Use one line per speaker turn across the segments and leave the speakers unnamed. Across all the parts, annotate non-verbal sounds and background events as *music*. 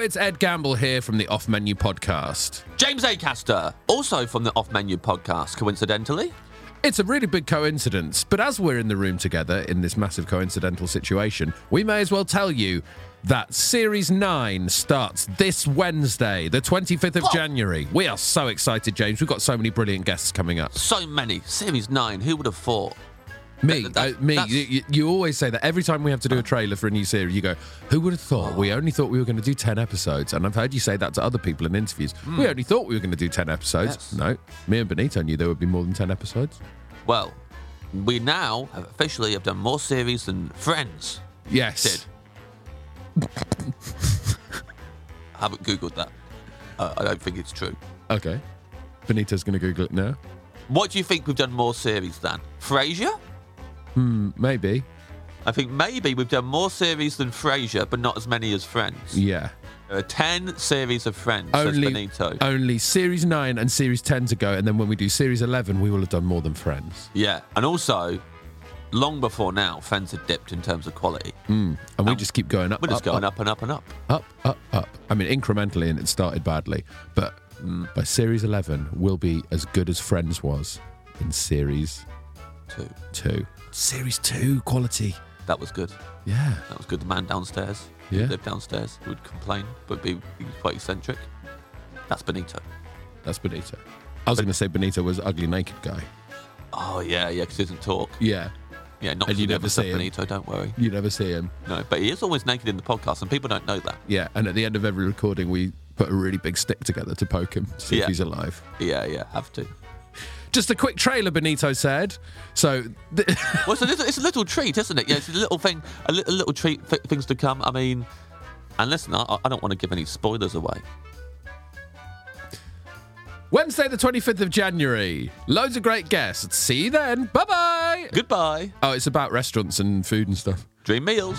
it's Ed Gamble here from the Off Menu Podcast.
James Acaster, also from the Off Menu podcast, coincidentally.
It's a really big coincidence, but as we're in the room together in this massive coincidental situation, we may as well tell you that Series 9 starts this Wednesday, the 25th of January. We are so excited, James. We've got so many brilliant guests coming up.
So many. Series 9, who would have thought?
Me,
That- that-
uh, me.
that's-
You, you- you always say that every time we have to do a trailer for a new series. You go, "Who would have thought? We only thought we were going to do ten episodes." And I've heard you say that to other people in interviews. We only thought we were going to do ten episodes.
Hmm. Yes.
No, me and Benito knew there would be more than ten episodes.
Well, we now have officially have done more series than Friends
Yes,
did. I haven't Googled that. Uh, I don't think it's true.
okay. Benito's going to Google it now.
What do you think we've done more series than? Frasier?
M- Maybe.
I think maybe we've done more series than Frasier, but not as many as Friends.
Yeah.
There are 10 series of Friends, says
Only,
Benito.
only series nine and series ten to go, and then when we do series eleven, we will have done more than Friends.
Yeah, and also, long before now, Friends had dipped in terms of quality.
And we just keep going up,
We're just
up, up,
going up and up and up.
up, up, up. I mean, incrementally, and it started badly. But mm, by series 11, we'll be as good as Friends was in series
Two.
two. Series two quality.
That was good.
Yeah.
That was good. The man downstairs, who
Yeah.
lived downstairs, would complain, but be he was quite eccentric. That's Benito.
That's Benito. I was going to say Benito was ugly naked guy.
Oh yeah, yeah, because he doesn't talk.
Yeah.
Yeah, not
And you
'cause he
never
never said
see him.
Benito. Don't worry.
You never see him.
No, but he is always naked in the podcast, and people don't know that.
Yeah. And at the end of every recording, we put a really big stick together to poke him, see if
Yeah.
he's alive.
Yeah, yeah,
*laughs*
have to.
Just a quick trailer, Benito said. So, th-
Well, it's a little, it's a little treat, isn't it? Yeah, it's a little thing, a, li- a little treat for things to come. I mean, and listen, I, I don't want to give any spoilers away.
Wednesday, the 25th of January. Loads of great guests. See you then. Bye bye.
Goodbye.
Oh, it's about restaurants and food and stuff.
Dream meals.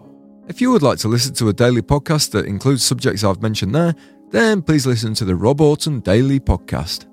If you would like to listen to a daily podcast that includes subjects I've mentioned there, then please listen to the Rob Orton Daily Podcast.